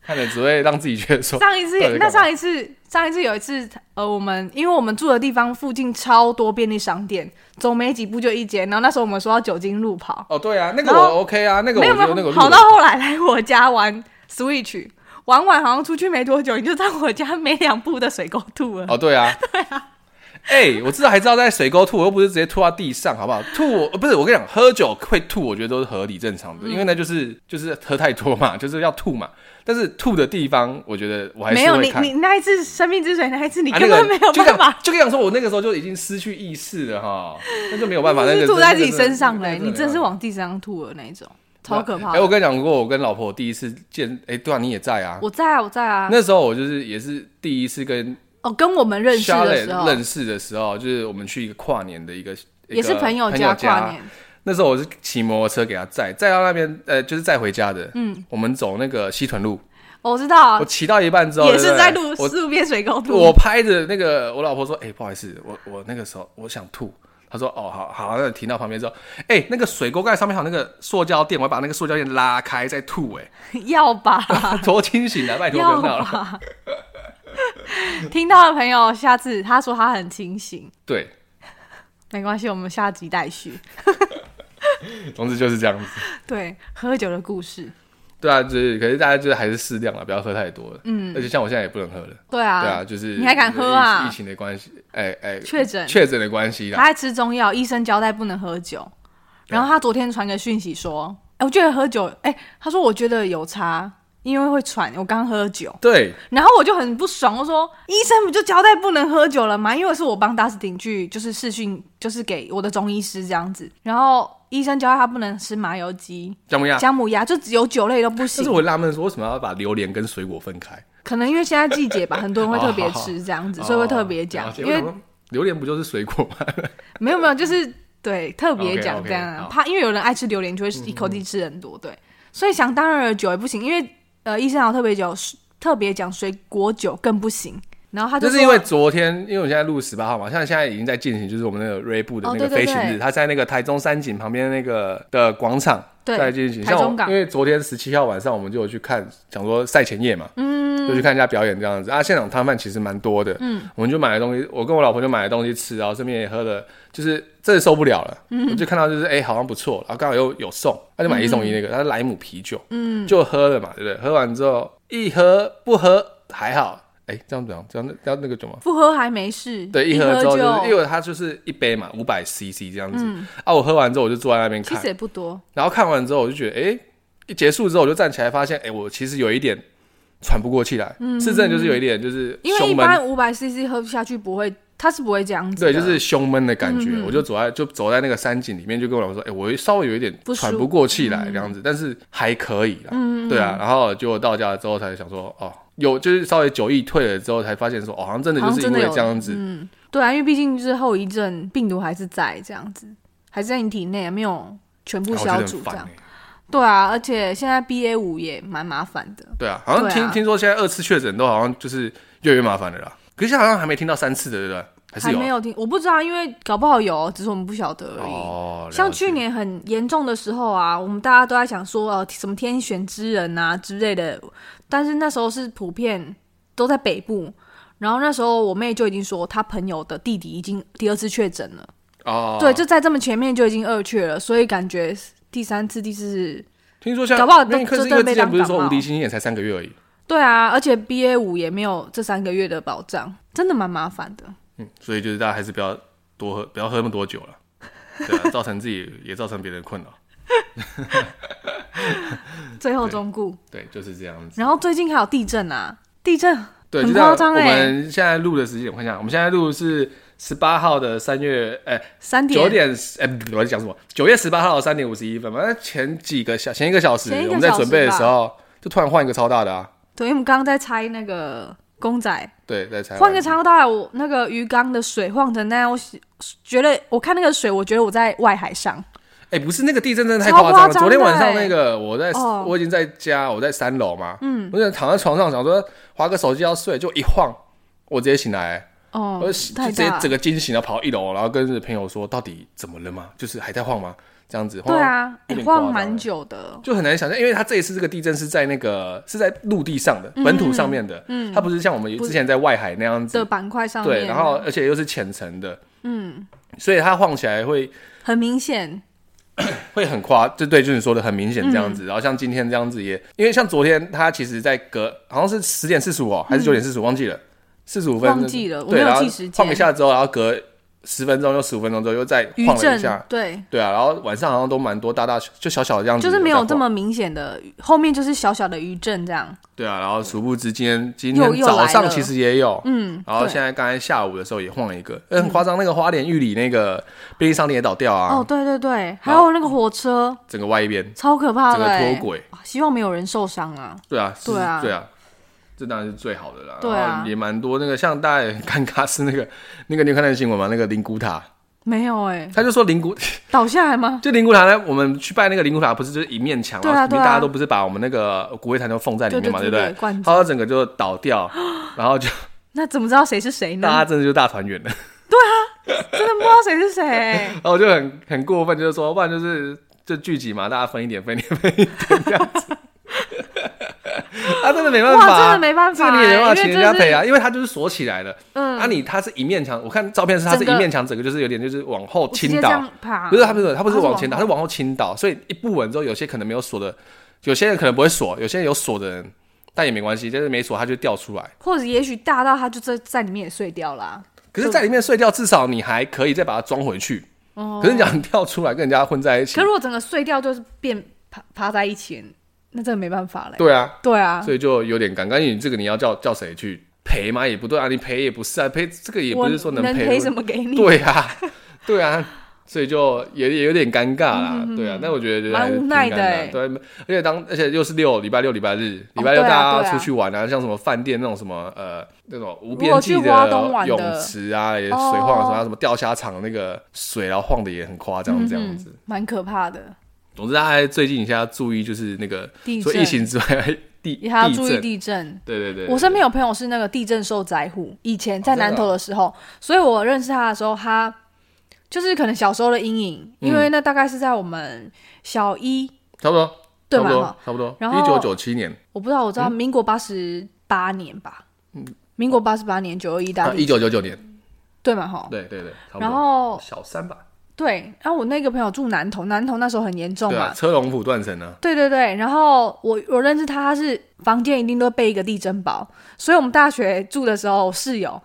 B: 看了只会让自己觉 得说，
A: 上一次
B: 到底在
A: 也，
B: 干
A: 那
B: 嘛
A: 上一次，上一次有一次，呃，我们因为我们住的地方附近超多便利商店，走没几步就一间。然后那时候我们说要酒精路跑，
B: 哦，对啊，那个
A: 然
B: 我
A: 后
B: OK 啊，那个我
A: 没有
B: 觉
A: 没
B: 得那个
A: 有，跑到后来来我家玩 Switch，玩完好像出去没多久，你就在我家没两步的水沟吐了。
B: 哦，对啊，对啊。哎、我知道，还知道在水沟吐，我又不是直接吐到地上，好不好？吐我呃不是我跟你讲，喝酒会吐，我觉得都是合理正常的，
A: 嗯
B: 因为那就是就是喝太多嘛， 就是要吐嘛。但是吐的地方，我觉得我还
A: 没
B: 是
A: 有
B: 会
A: 你，
B: 看。
A: 你那一次生命之水那一次，你
B: 啊
A: 根本没有
B: 那个、就
A: 办
B: 讲
A: 法，
B: 就跟你讲说，我那个时候就已经失去意识了哈，那就没有办法，那
A: 你
B: 个
A: 是吐在自己身上
B: 嘞、
A: 嘞，你真是往地上吐的那一种，超可怕
B: 哎、
A: 的。
B: 我跟你讲过，我跟老婆第一次见，哎、对啊，你也在啊。
A: 我在啊，我在啊。
B: 那时候我就是也是第一次跟
A: 哦，跟我们认识的时
B: Charlotte
A: 候，
B: 认识的时候，就是我们去一个跨年的一个，
A: 也是
B: 一个朋
A: 友
B: 家
A: 家跨年。
B: 那时候我是骑摩托车给他载，载到那边，呃，就是载回家的。嗯，我们走那个西屯路，
A: 哦我知道啊
B: 我，骑到一半之后，
A: 也是在
B: 对
A: 路
B: 不对我
A: 路边水沟吐。
B: 我拍着那个我老婆说：“哎、不好意思，我我那个时候我想吐。”她说：“哦，好好。”那停到旁边之后，哎、那个水沟盖上面还有那个塑胶垫，我要把那个塑胶垫拉开再吐、
A: 要 吧，
B: 哎，多清醒啊！拜托，
A: 要
B: 不要闹了。
A: 吧。 听到的朋友，下次他说他很清醒，
B: 对，
A: 没关系，我们下集待续。
B: 总之就是这样子。
A: 对，喝酒的故事，
B: 对啊，就是可是大家就是还是适量了，不要喝太多了。嗯，而且像我现在也不能喝了。
A: 对啊，
B: 对啊，就是
A: 你还敢喝啊
B: 疫疫情的关系，哎哎，
A: 确啊诊
B: 确诊的啊关系
A: 他
B: 啦。
A: 在吃中药，医生交代不能喝酒。然后他昨天传个讯息说：“哎、我觉得喝酒，哎、他说我觉得有差，因为会喘，我刚喝酒，
B: 对，
A: 然后我就很不爽，我说医生不就交代不能喝酒了吗？因为是我帮达斯汀去就是视讯，就是给我的中医师这样子，然后医生交代他不能吃麻油鸡、
B: 姜母鸭。
A: 姜母鸭，就只有酒类都不
B: 但
A: 行
B: 是。我纳闷说，为什么要把榴莲跟水果分开？
A: 可能因为现在季节吧，很多人会特别 吃这样子，所以会特别
B: 哦
A: 讲
B: 了，解
A: 因
B: 我
A: 为啊
B: 想说榴莲不就是水果吗？
A: 没有没有，就是对特别讲
B: OK，OK，
A: 这样啊
B: 好嗯
A: 怕因为有人爱吃榴莲，就会一口气吃很多，对，所以想当然的酒也不行，因为呃，医生好特别酒特别讲水果酒更不行，然后他
B: 就是
A: 说
B: 因为昨天，因为我现在录十八号嘛，像现在已经在进行，就是我们那个锐步的
A: 哦
B: 那个
A: 对对
B: 飞行
A: 对
B: 日，它在那个台中山景旁边那个的广场
A: 对
B: 在进行。
A: 台
B: 像
A: 中
B: 我
A: 港
B: 因为昨天十七号晚上我们就有去看，想说赛前夜嘛，嗯，就去看一下表演这样子啊。现场摊贩其实蛮多的，嗯，我们就买了东西，我跟我老婆就买了东西吃，然后顺便也喝了，就是真的受不了了，嗯，我就看到就是哎、好像不错，然后刚好又有送，他就买一送一那个，它是莱姆啤酒，嗯，就喝了嘛，对不对？喝完之后一喝不喝还好。哎、这样讲，这样这样那个什么，
A: 不喝还没事，
B: 对，一
A: 一嗯
B: 喝之后就是，因
A: 就
B: 为它就是一杯嘛，五百 CC 这样子。啊，我喝完之后我就坐在那边
A: 其
B: 看
A: 实，也不多，
B: 然后看完之后我就觉得，哎、一结束之后我就站起来，发现，哎、我其实有一点喘不过气来，是真的就是有一点就是
A: 嗯因为一
B: 胸闷，
A: 般五百 CC 喝不下去不会，他是不会这样子的，
B: 对，就是胸闷的感
A: 嗯
B: 觉。我就走在就走在那个山景里面，就跟我老婆说，哎、我稍微有一点
A: 不舒嗯
B: 喘不过气来这样子，但是还可以啦，对啊。然后结果到家了之后才想说，哦，有就是稍微酒意退了之后才发现说，哦，好像真的
A: 好像
B: 就是因
A: 真的
B: 为
A: 有
B: 这样子，
A: 对啊，因为毕竟就是后遗症，病毒还是在这样子，还是在你体内，没有全部
B: 然后我觉
A: 消
B: 得很
A: 除这
B: 烦
A: 样
B: 欸。
A: 对啊，而且现在 BA 五也蛮麻烦的，
B: 对啊，好像
A: 对啊
B: 听、听说现在二次确诊都好像就是越来越麻烦了啦。可是现在好像还没听到三次的，对不对？还是
A: 还
B: 有啊
A: 没有听，我不知道，因为搞不好有，只是我们不晓得而已。
B: 哦，了解
A: 像去年很严重的时候啊，我们大家都在想说，呃，什么天选之人啊之类的，但是那时候是普遍都在北部，然后那时候我妹就已经说，她朋友的弟弟已经第二次确诊了，
B: 哦，
A: 对，就在这么前面就已经二确了，所以感觉第三次、第四次
B: 听说现在
A: 搞不好都
B: 因为可是
A: 真
B: 因
A: 的
B: 为
A: 被
B: 之前
A: 当
B: 不是说
A: 感冒
B: 无敌星星也才三个月而已，
A: 对啊，而且 B A 五也没有这三个月的保障，真的蛮麻烦的。
B: 嗯，所以就是大家还是不要多喝，不要喝那么 多酒了，对啊，造成自己也造成别人困扰，
A: 最后中顾，
B: 对，就是这样子。
A: 然后最近还有地震啊，地震
B: 对，
A: 很
B: 就像
A: 夸张
B: 我
A: 欸
B: 们现在录的时间，我看一下，我们现在录的是十八号的三月，哎、
A: 三点
B: 九点，哎、不我在讲什么？九月十八号三点五十一分嘛。那前几个小前一个小时
A: 前一个
B: 我们在准备的时候，就突然换一个超大的啊，
A: 对，因为我们刚刚在拆那个公仔，
B: 对，在台湾
A: 换个超大，我那个鱼缸的水晃成那样，我喜觉得我看那个水，我觉得我在外海上，
B: 哎、不是那个地震真的太
A: 超
B: 夸张
A: 夸张
B: 了。
A: 的
B: 昨天晚上
A: 欸
B: 那个，我在、
A: 哦
B: 我已经在家，我在三楼嘛，嗯，我就躺在床上想说划个手机要睡，就一晃，我直接醒来、
A: 哦
B: 我就，醒就
A: 太
B: 直接
A: 大了，
B: 整个惊醒，然后跑一楼，然后跟着朋友说到底怎么了嘛，就是还在晃吗？这样子，晃
A: 对啊，
B: 有
A: 哎
B: 点夸张
A: 晃蛮
B: 欸
A: 久的，
B: 就很难想象，因为它这一次这个地震是在那个是在陆地上的、本土上面的，嗯，它不是像我们之前在外海那样
A: 的
B: 子，
A: 板块上
B: 对，
A: 面，
B: 然后而且又是浅层的，嗯，所以它晃起来会
A: 很明显，
B: 会很夸，就对，就是你说的很明显
A: 嗯
B: 这样子。然后像今天这样子也，因为像昨天它其实在隔好像是十点四十五哦，还是九点四十，忘记了，四十五分
A: 嗯忘记了我没
B: 对，
A: 有
B: 然后
A: 记时间
B: 晃一下之后，然后隔十分钟又十五分钟之后又再
A: 余
B: 晃了
A: 震
B: 一下。
A: 对。
B: 对啊，然后晚上好像都蛮多大大小就小小的这样子，
A: 就是没
B: 在
A: 有
B: 晃
A: 这么明显的，后面就是小小的余震这样。
B: 对啊，然后殊不知今天今
A: 又
B: 天
A: 又
B: 早
A: 来
B: 上
A: 了
B: 其实也有，
A: 嗯，
B: 然后
A: 对
B: 现在刚才下午的时候也晃了一个，呃很夸张，那个花莲玉里那个便利商店也倒掉啊，
A: 哦，对对对，还
B: 然后
A: 有那个火车，
B: 整个歪一边，
A: 超可怕
B: 整
A: 的、
B: 个
A: 欸，
B: 脱轨，
A: 啊希望没有人受伤啊。
B: 对啊，是
A: 对啊
B: 对啊。这当然是最好的啦，
A: 对啊
B: 然后也蛮多那个，像大家 也很尴尬是那个那个，你有看那个新闻吗？那个灵骨塔，
A: 没有哎、
B: 他就说灵骨，
A: 倒下来吗？
B: 就灵骨塔呢，我们去拜那个灵骨塔，不是就是一面墙，
A: 对啊
B: 然后里
A: 对
B: 面
A: 啊
B: 大家都不是把我们那个骨灰坛都放在
A: 对
B: 里面嘛，
A: 对
B: 不
A: 对
B: 对？，
A: 罐子。嗯
B: 然后整个就倒掉， 然后就
A: 那怎么知道谁是谁
B: 大
A: 呢
B: 家？真的就大团圆了。
A: 真的不知道谁欸是谁。
B: 然后我就很很过分，就是说，不然就是就聚集嘛，大家分一点，分一点，分一点这样子。 啊，真 的没办法、
A: 哇，真的没办
B: 这
A: 法欸、
B: 个你也没办法
A: 因
B: 请
A: 为
B: 人家
A: 这
B: 赔
A: 是
B: 啊，因为它就是锁起来了。
A: 嗯
B: 啊，你它是一面墙，我看照片是它是
A: 整个
B: 一面墙，整个就是有点就是往后
A: 我直接
B: 倾
A: 这
B: 倒
A: 样，哦爬，
B: 不是它不是它不是往前倒，
A: 打
B: 它，是往后倾倒，所以一不稳之后，有些可能没有锁的，有些人可能不会锁，有些人有锁的人，但也没关系，就是没锁它就掉出来。
A: 或者也许大到它就在在里面也碎掉啦、
B: 可是，在里面碎掉，至少你还可以再把它装回去。
A: 哦
B: 可是你讲掉出来跟人家混在一起
A: 可，如果整个碎掉，就是变趴趴在一起，那真的没办法嘞。
B: 对啊，
A: 对啊，
B: 所以就有点尴尬。因为你这个你要叫叫谁去赔嘛，也不对啊，你赔也不是啊，赔这个也
A: 我
B: 不是说
A: 能
B: 赔。
A: 什么给你？，
B: 对啊，对啊，所以就也也有点尴尬
A: 嗯
B: 啦。对啊，那我觉得觉得
A: 蛮
B: 还是
A: 无
B: 挺
A: 奈
B: 尴
A: 的
B: 尬
A: 欸
B: 对，而且当而且又是六礼拜六礼拜日，
A: 哦
B: 礼拜六
A: 对啊
B: 大
A: 对
B: 家
A: 啊
B: 出去玩啊，像什么饭店那种什么呃那种无
A: 如
B: 边
A: 果
B: 际
A: 去花东玩的哦
B: 泳池啊，也水晃的时候，还有什么钓虾场那个水，然后晃的也很夸张这样子。
A: 嗯，蛮可怕的。
B: 总之，大家最近一下要注意，就是那个
A: 地
B: 除了
A: 震
B: 疫情之外，地
A: 也 还要
B: 地
A: 注意
B: 震
A: 地震。
B: 对对对，哦
A: 我身边有朋友是那个地震受灾户，以前在
B: 真的啊
A: 南投的时候，所以我认识他的时候，他就是可能小时候的阴影，
B: 嗯
A: 因为那大概是在我们小一，
B: 差不多，
A: 对
B: 差不
A: 吧？
B: 多
A: 哈，
B: 差不多。
A: 然
B: 一
A: 后
B: 九九七年，啊
A: 我不知道，我知道
B: 嗯
A: 民国八十八年吧，民国八十八年九二一大
B: 啊，
A: 地震，
B: 一九九九年，
A: 对嘛哈？
B: 对对对，差不多。
A: 然后
B: 小三吧，
A: 对，然后我那个朋友住南投，南投那时候很严重
B: 对
A: 嘛
B: 啊，，车龙浦断层呢，
A: 对对对，然后我我认识他，他是房间一定都会备一个地震包，所以我们大学住的时候，室友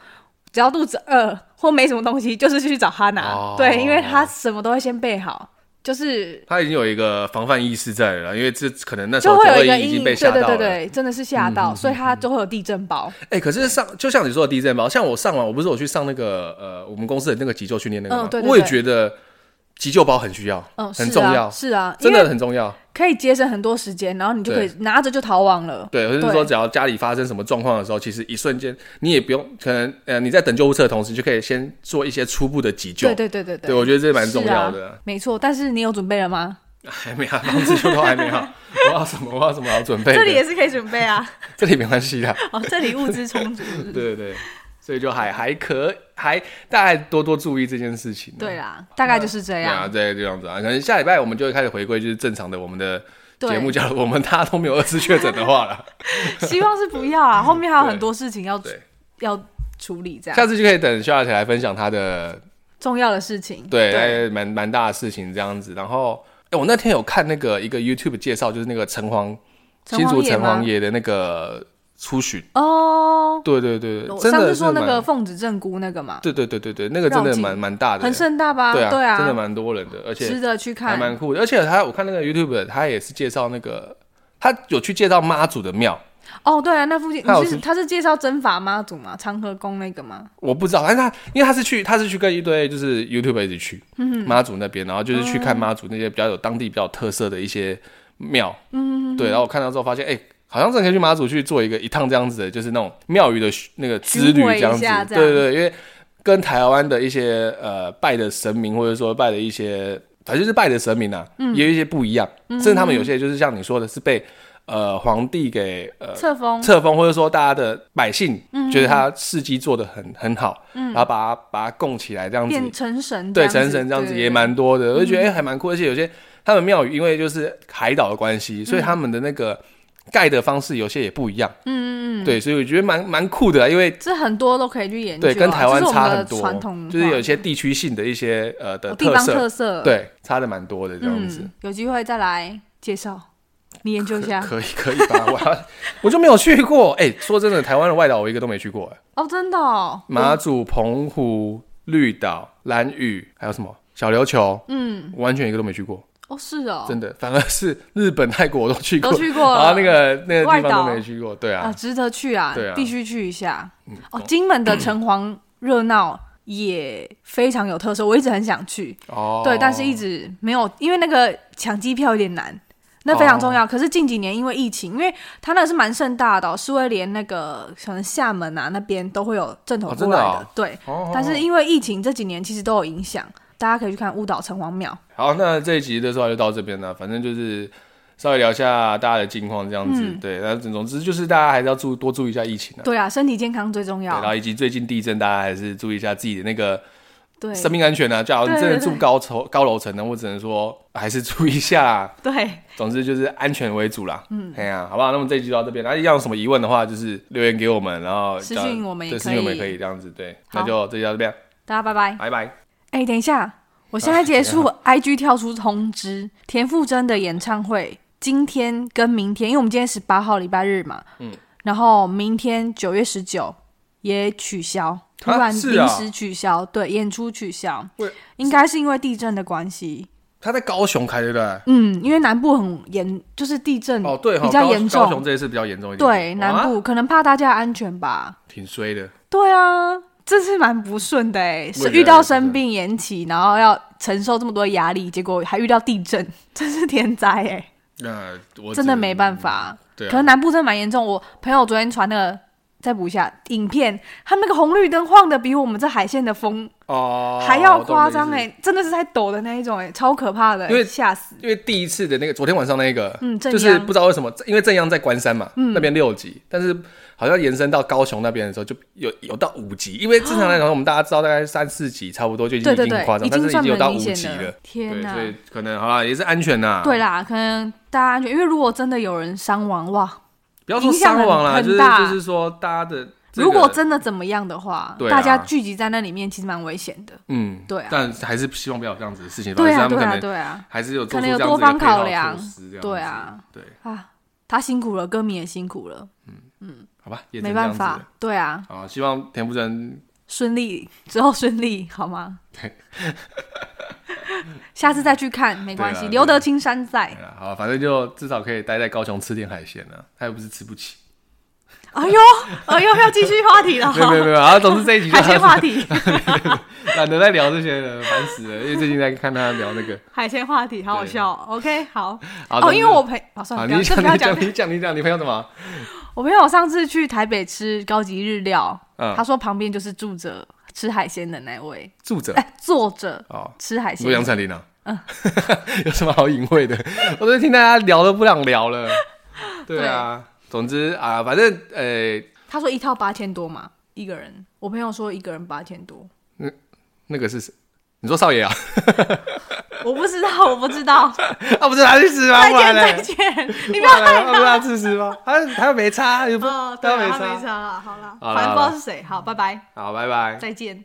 A: 只要肚子饿或没什么东西，就是去找他拿。
B: 哦
A: 对，因为他什么都会先备好，就是
B: 他已经有一个防范意识在了啦，因为这可能那时
A: 就
B: 候
A: 会
B: 九
A: 有
B: 二
A: 一个
B: 一已
A: 阴
B: 经
A: 影。
B: 被
A: 对
B: 吓
A: 对
B: 到
A: 对
B: 了。嗯
A: 对，真的是吓到，所以他就会有地震包。
B: 哎，可是上就像你说的地震包，像我上完，我不是我去上那个呃我们公司的那个急救训练那个
A: 嗯
B: 吗
A: 对？对
B: 我也
A: 对
B: 觉得急救包很需要，
A: 嗯，
B: 很
A: 是
B: 重
A: 啊
B: 要，
A: 是啊，
B: 真
A: 因
B: 的
A: 为
B: 很重要。
A: 可以节省很多时间，然后你就可以拿着就逃亡了。
B: 对，或者是
A: 对
B: 说，只要家里发生什么状况的时候，其实一瞬间你也不用，可能呃你在等救护车的同时，就可以先做一些初步的急救。
A: 对对对对
B: 对，我觉得这蛮重要
A: 是
B: 的。
A: 啊，没错。但是你有准备了吗？
B: 还没啊，房子就都还没好，我要什么？我要什么好准备的？
A: 这里也是可以准备啊，
B: 这里没关系的，
A: 哦，这里物资充足。啊
B: 对对对，所以就还还可还大家多多注意这件事情、啊。
A: 对啦，大概就是这
B: 对
A: 样
B: 啊，。对这样子啊，可能下礼拜我们就会开始回归，就是正常的我们的
A: 对
B: 节目。假如我们大家都没有二次确诊的 话了，
A: 希望是不要 啊，后面还有很多事情要
B: 对
A: 要处理，这
B: 下
A: 样
B: 次就可以等 s h a r l 来分享他的
A: 重要的事情。
B: 对，哎蛮蛮大的事情这样子。然后，哎，我那天有看那个一个 YouTube 介绍，就是那个城隍
A: 城
B: 新
A: 隍
B: 竹
A: 爷
B: 城
A: 吗
B: 隍爷的那个出巡。
A: 哦，
B: 对对对，
A: 我
B: 真
A: 上
B: 的
A: 次
B: 是
A: 说那
B: 蛮
A: 个奉旨正姑那个嘛，
B: 对对对对对，那个真
A: 绕
B: 的
A: 境
B: 蛮蛮大的，
A: 很盛大吧？
B: 对啊，
A: 对
B: 真的蛮多人的，而
A: 值
B: 且
A: 得去
B: 还
A: 看。
B: 蛮酷的。而且他我看那个 YouTube，他也是介绍那个，他有去介绍妈祖的庙，
A: 哦，对啊，那附近
B: 还有
A: 你是
B: 是
A: 他是介绍真法妈祖嘛，长和宫那个嘛，
B: 我不知道，但是他因为他是去他是去跟一堆就是 YouTube 一起去妈祖那边，然后就是去看妈祖那些比较有当地比较有特色的一些庙，嗯，对。然后我看到之后发现，哎。好像真的可以去妈祖去做一个一趟这样子的，就是那种庙宇的那个之旅
A: 巡回一
B: 这样子，
A: 下这样
B: 对对对，因为跟台湾的一些呃拜的神明，或者说拜的一些，反正就是拜的神明啊，也有一些不一样，甚至他们有些就是像你说的，是被呃皇帝给呃
A: 册封。
B: 册封，或者说大家的百姓
A: 嗯
B: 觉得他事迹做的很很好，然后把它把它供起来这样子，
A: 变成神这
B: 对
A: 样子，
B: 成神这样子
A: 对嗯
B: 也蛮多的，我就觉得哎、还蛮酷，而且有些他们庙宇因为就是海岛的关
A: 嗯
B: 系，所以他们的那个盖的方式有些也不一样，嗯嗯对，所以我觉得蛮蛮酷的啊，因为
A: 这很多都可以去研究啊。
B: 对跟台
A: 这
B: 湾
A: 是我
B: 差
A: 们的
B: 很多，
A: 传统
B: 就是有
A: 文
B: 一些地区性的一些呃
A: 化
B: 的
A: 地方
B: 色，
A: 特色，
B: 对，差的蛮多的这样子。
A: 嗯，啊有机会再来介绍，你研究一下。
B: 可以可以吧，我要 我就没有去过。哎、说真的，台湾的外岛我一个都没去过、哎。
A: 哦，真的 哦，
B: 马祖、澎湖、绿岛、蓝屿，还有什么小琉球，
A: 嗯，
B: 完全一个都没去过，
A: 哦是哦，
B: 真的。反而是日本、泰国我都去过，
A: 都去过了
B: 然后那个那个地
A: 哦外
B: 方
A: 岛
B: 都没去过，对
A: 啊，
B: 啊，
A: 值得去啊，
B: 对啊嗯
A: 必须去一下。哦，金门的城隍热闹也非常有特色，我一直很想去，
B: 哦，
A: 对，但是一直没有，因为那个抢机票有点难。那非常重要，可是近几年因为疫情，因为它那个是蛮盛大的、哦，是会连那个可能厦门啊那边都会有正头
B: 哦
A: 过
B: 真的
A: 来
B: 哦
A: 对。
B: 哦。
A: 但是因为疫情这几年其实都有影响，大家可以去看雾岛城隍庙。
B: 好，那这一集的时候就到这边了，反正就是。稍微聊一下大家的近况，这样子、对。那总之就是大家还是要注多注意一下疫情啊，
A: 嗯对啊，身体健康最重
B: 对，
A: 要
B: 然。后以及最近地震，大家还是注意一下自己的那个
A: 对
B: 生命安全啊。假如你真的
A: 对对对
B: 住高层高楼层的，我只能说还是注意一下啊、
A: 对，
B: 总之就是安全为主啦，嗯，哎呀、好不好？那么这一集就到这边，那要有什么疑问的话，就是留言给我们，然后
A: 私讯我们也
B: 对，私
A: 可以
B: 信我们也可以这样子，对，
A: 好
B: 那就这集到这边，
A: 大家拜拜。
B: 拜拜。
A: 哎、等一下，我现在
B: 啊
A: 结束 IG 跳出通知，田馥甄的演唱会今天跟明天，因为我们今天十八号礼拜日嘛，嗯，然后明天九月十九也取消，突然
B: 是啊
A: 临时取消，对，演出取消
B: 喂，
A: 应该是因为地震的关系，
B: 他在高雄开对不对？
A: 嗯，因为南部很严，就是地震
B: 哦，对哈，
A: 比较
B: 高
A: 严
B: 高雄
A: 重，
B: 这一啊次比较严重一点，
A: 对
B: 哇
A: 南部可能怕大家安全吧。
B: 挺衰的。
A: 对啊，这次蛮不顺的哎、
B: 我也
A: 是
B: 觉得
A: 遇到生病延期，然后要承受这么多压力，结果还遇到地震， 真是天灾哎、
B: 那我
A: 真的
B: 只
A: 没办法。
B: 对
A: 可
B: 啊
A: 能，南部真的蛮严重。我朋友昨天传那个，再补一下影片，他们那个红绿灯晃的比我们这海线的风
B: 哦，
A: 还要夸张
B: 哎、
A: 哎，真的是在抖的那一种哎、超可怕的、欸，
B: 因为
A: 吓死。
B: 因为第一次的那个，昨天晚上那个，
A: 嗯正
B: 就是
A: 央嗯
B: 不知道为什么，因为正央在关山嘛，那边六级，但是好像延伸到高雄那边的时候，就有有到五级，因为正常来讲，我们大家知道大概三四级差不多就已经
A: 对
B: 已
A: 对
B: 经
A: 对
B: 很夸，张，
A: 已
B: 但是
A: 经
B: 已经
A: 算
B: 有到
A: 蛮
B: 五
A: 明
B: 级
A: 显
B: 了
A: 了。。天
B: 对，
A: 哪
B: 所！以啊可能好了，也是安全呐、
A: 对，啦，可能大家安全，因为如果真的有人伤亡哇，
B: 不要说
A: 影响
B: 伤亡啦，
A: 很
B: 就是
A: 大
B: 就是说大家的、这个，
A: 如果真的怎么样的话，
B: 对啊
A: 大家聚集在那里面其实蛮危险的。
B: 嗯，
A: 对啊
B: 但还是希望不要有这样子的事情，
A: 对啊，
B: 反正
A: 对
B: 他
A: 啊，
B: 们可能
A: 对啊，
B: 还是有做
A: 可
B: 出
A: 能有
B: 这样
A: 多
B: 子的
A: 方
B: 配套
A: 考
B: 措
A: 量
B: 施这样
A: 对
B: 子
A: 啊，
B: 对，
A: 啊，他辛苦了，歌迷也辛苦了，
B: 好吧，也只
A: 没
B: 能
A: 办
B: 这样子
A: 法。对啊，
B: 了。啊，希望田馥甄
A: 顺利之后顺利好吗？
B: 对，
A: 下次再去看没关
B: 对
A: 系，
B: 啊
A: 留得青山在
B: 对。啦好，反正就至少可以待在高雄吃点海鲜啊，他又不是吃 不起。
A: 哎呦，哎呦，要继续话题了
B: 没有没有没有，啊，总之这一集就
A: 海鲜话题，
B: 懒得再聊这些了，烦死了。因为最近在看他聊那个，
A: 海鲜话题，好好笑哦。OK，好。
B: 啊好
A: 哦哦，因为
B: 总之
A: 我陪，啊，算
B: 啊，
A: 了，不要，
B: 你
A: 这
B: 讲
A: 不要
B: 你
A: 讲
B: 讲。你讲你讲，你朋友怎么？
A: 我朋友上次去台北吃高级日料，
B: 嗯
A: 他，说旁边就是住着吃海鲜的那位，
B: 住者
A: 哎， 嗯坐着
B: 哦，
A: 吃海
B: 你说杨
A: 鲜。
B: 丞琳啊， 有什么好隐晦的？我都听大家聊都不想聊 了。对啊，总之啊，反正呃，
A: 他说一套八千多嘛，一个人。我朋友说一个人八千多，
B: 那个是谁你说少爷啊？
A: 我不知道，我不知道。
B: 啊，不是 他去吃吗？
A: 再
B: 不然
A: 见，
B: 呢？
A: 再见，你不要
B: 要来，他不是他去吃吗？他他又没差，又不
A: 哦，对啊，
B: 他又
A: 他
B: 差
A: 没。差了，好了，
B: 好啦
A: 反正不知
B: 好啦
A: 道是谁，好，拜拜，
B: 好，拜拜。
A: 再见。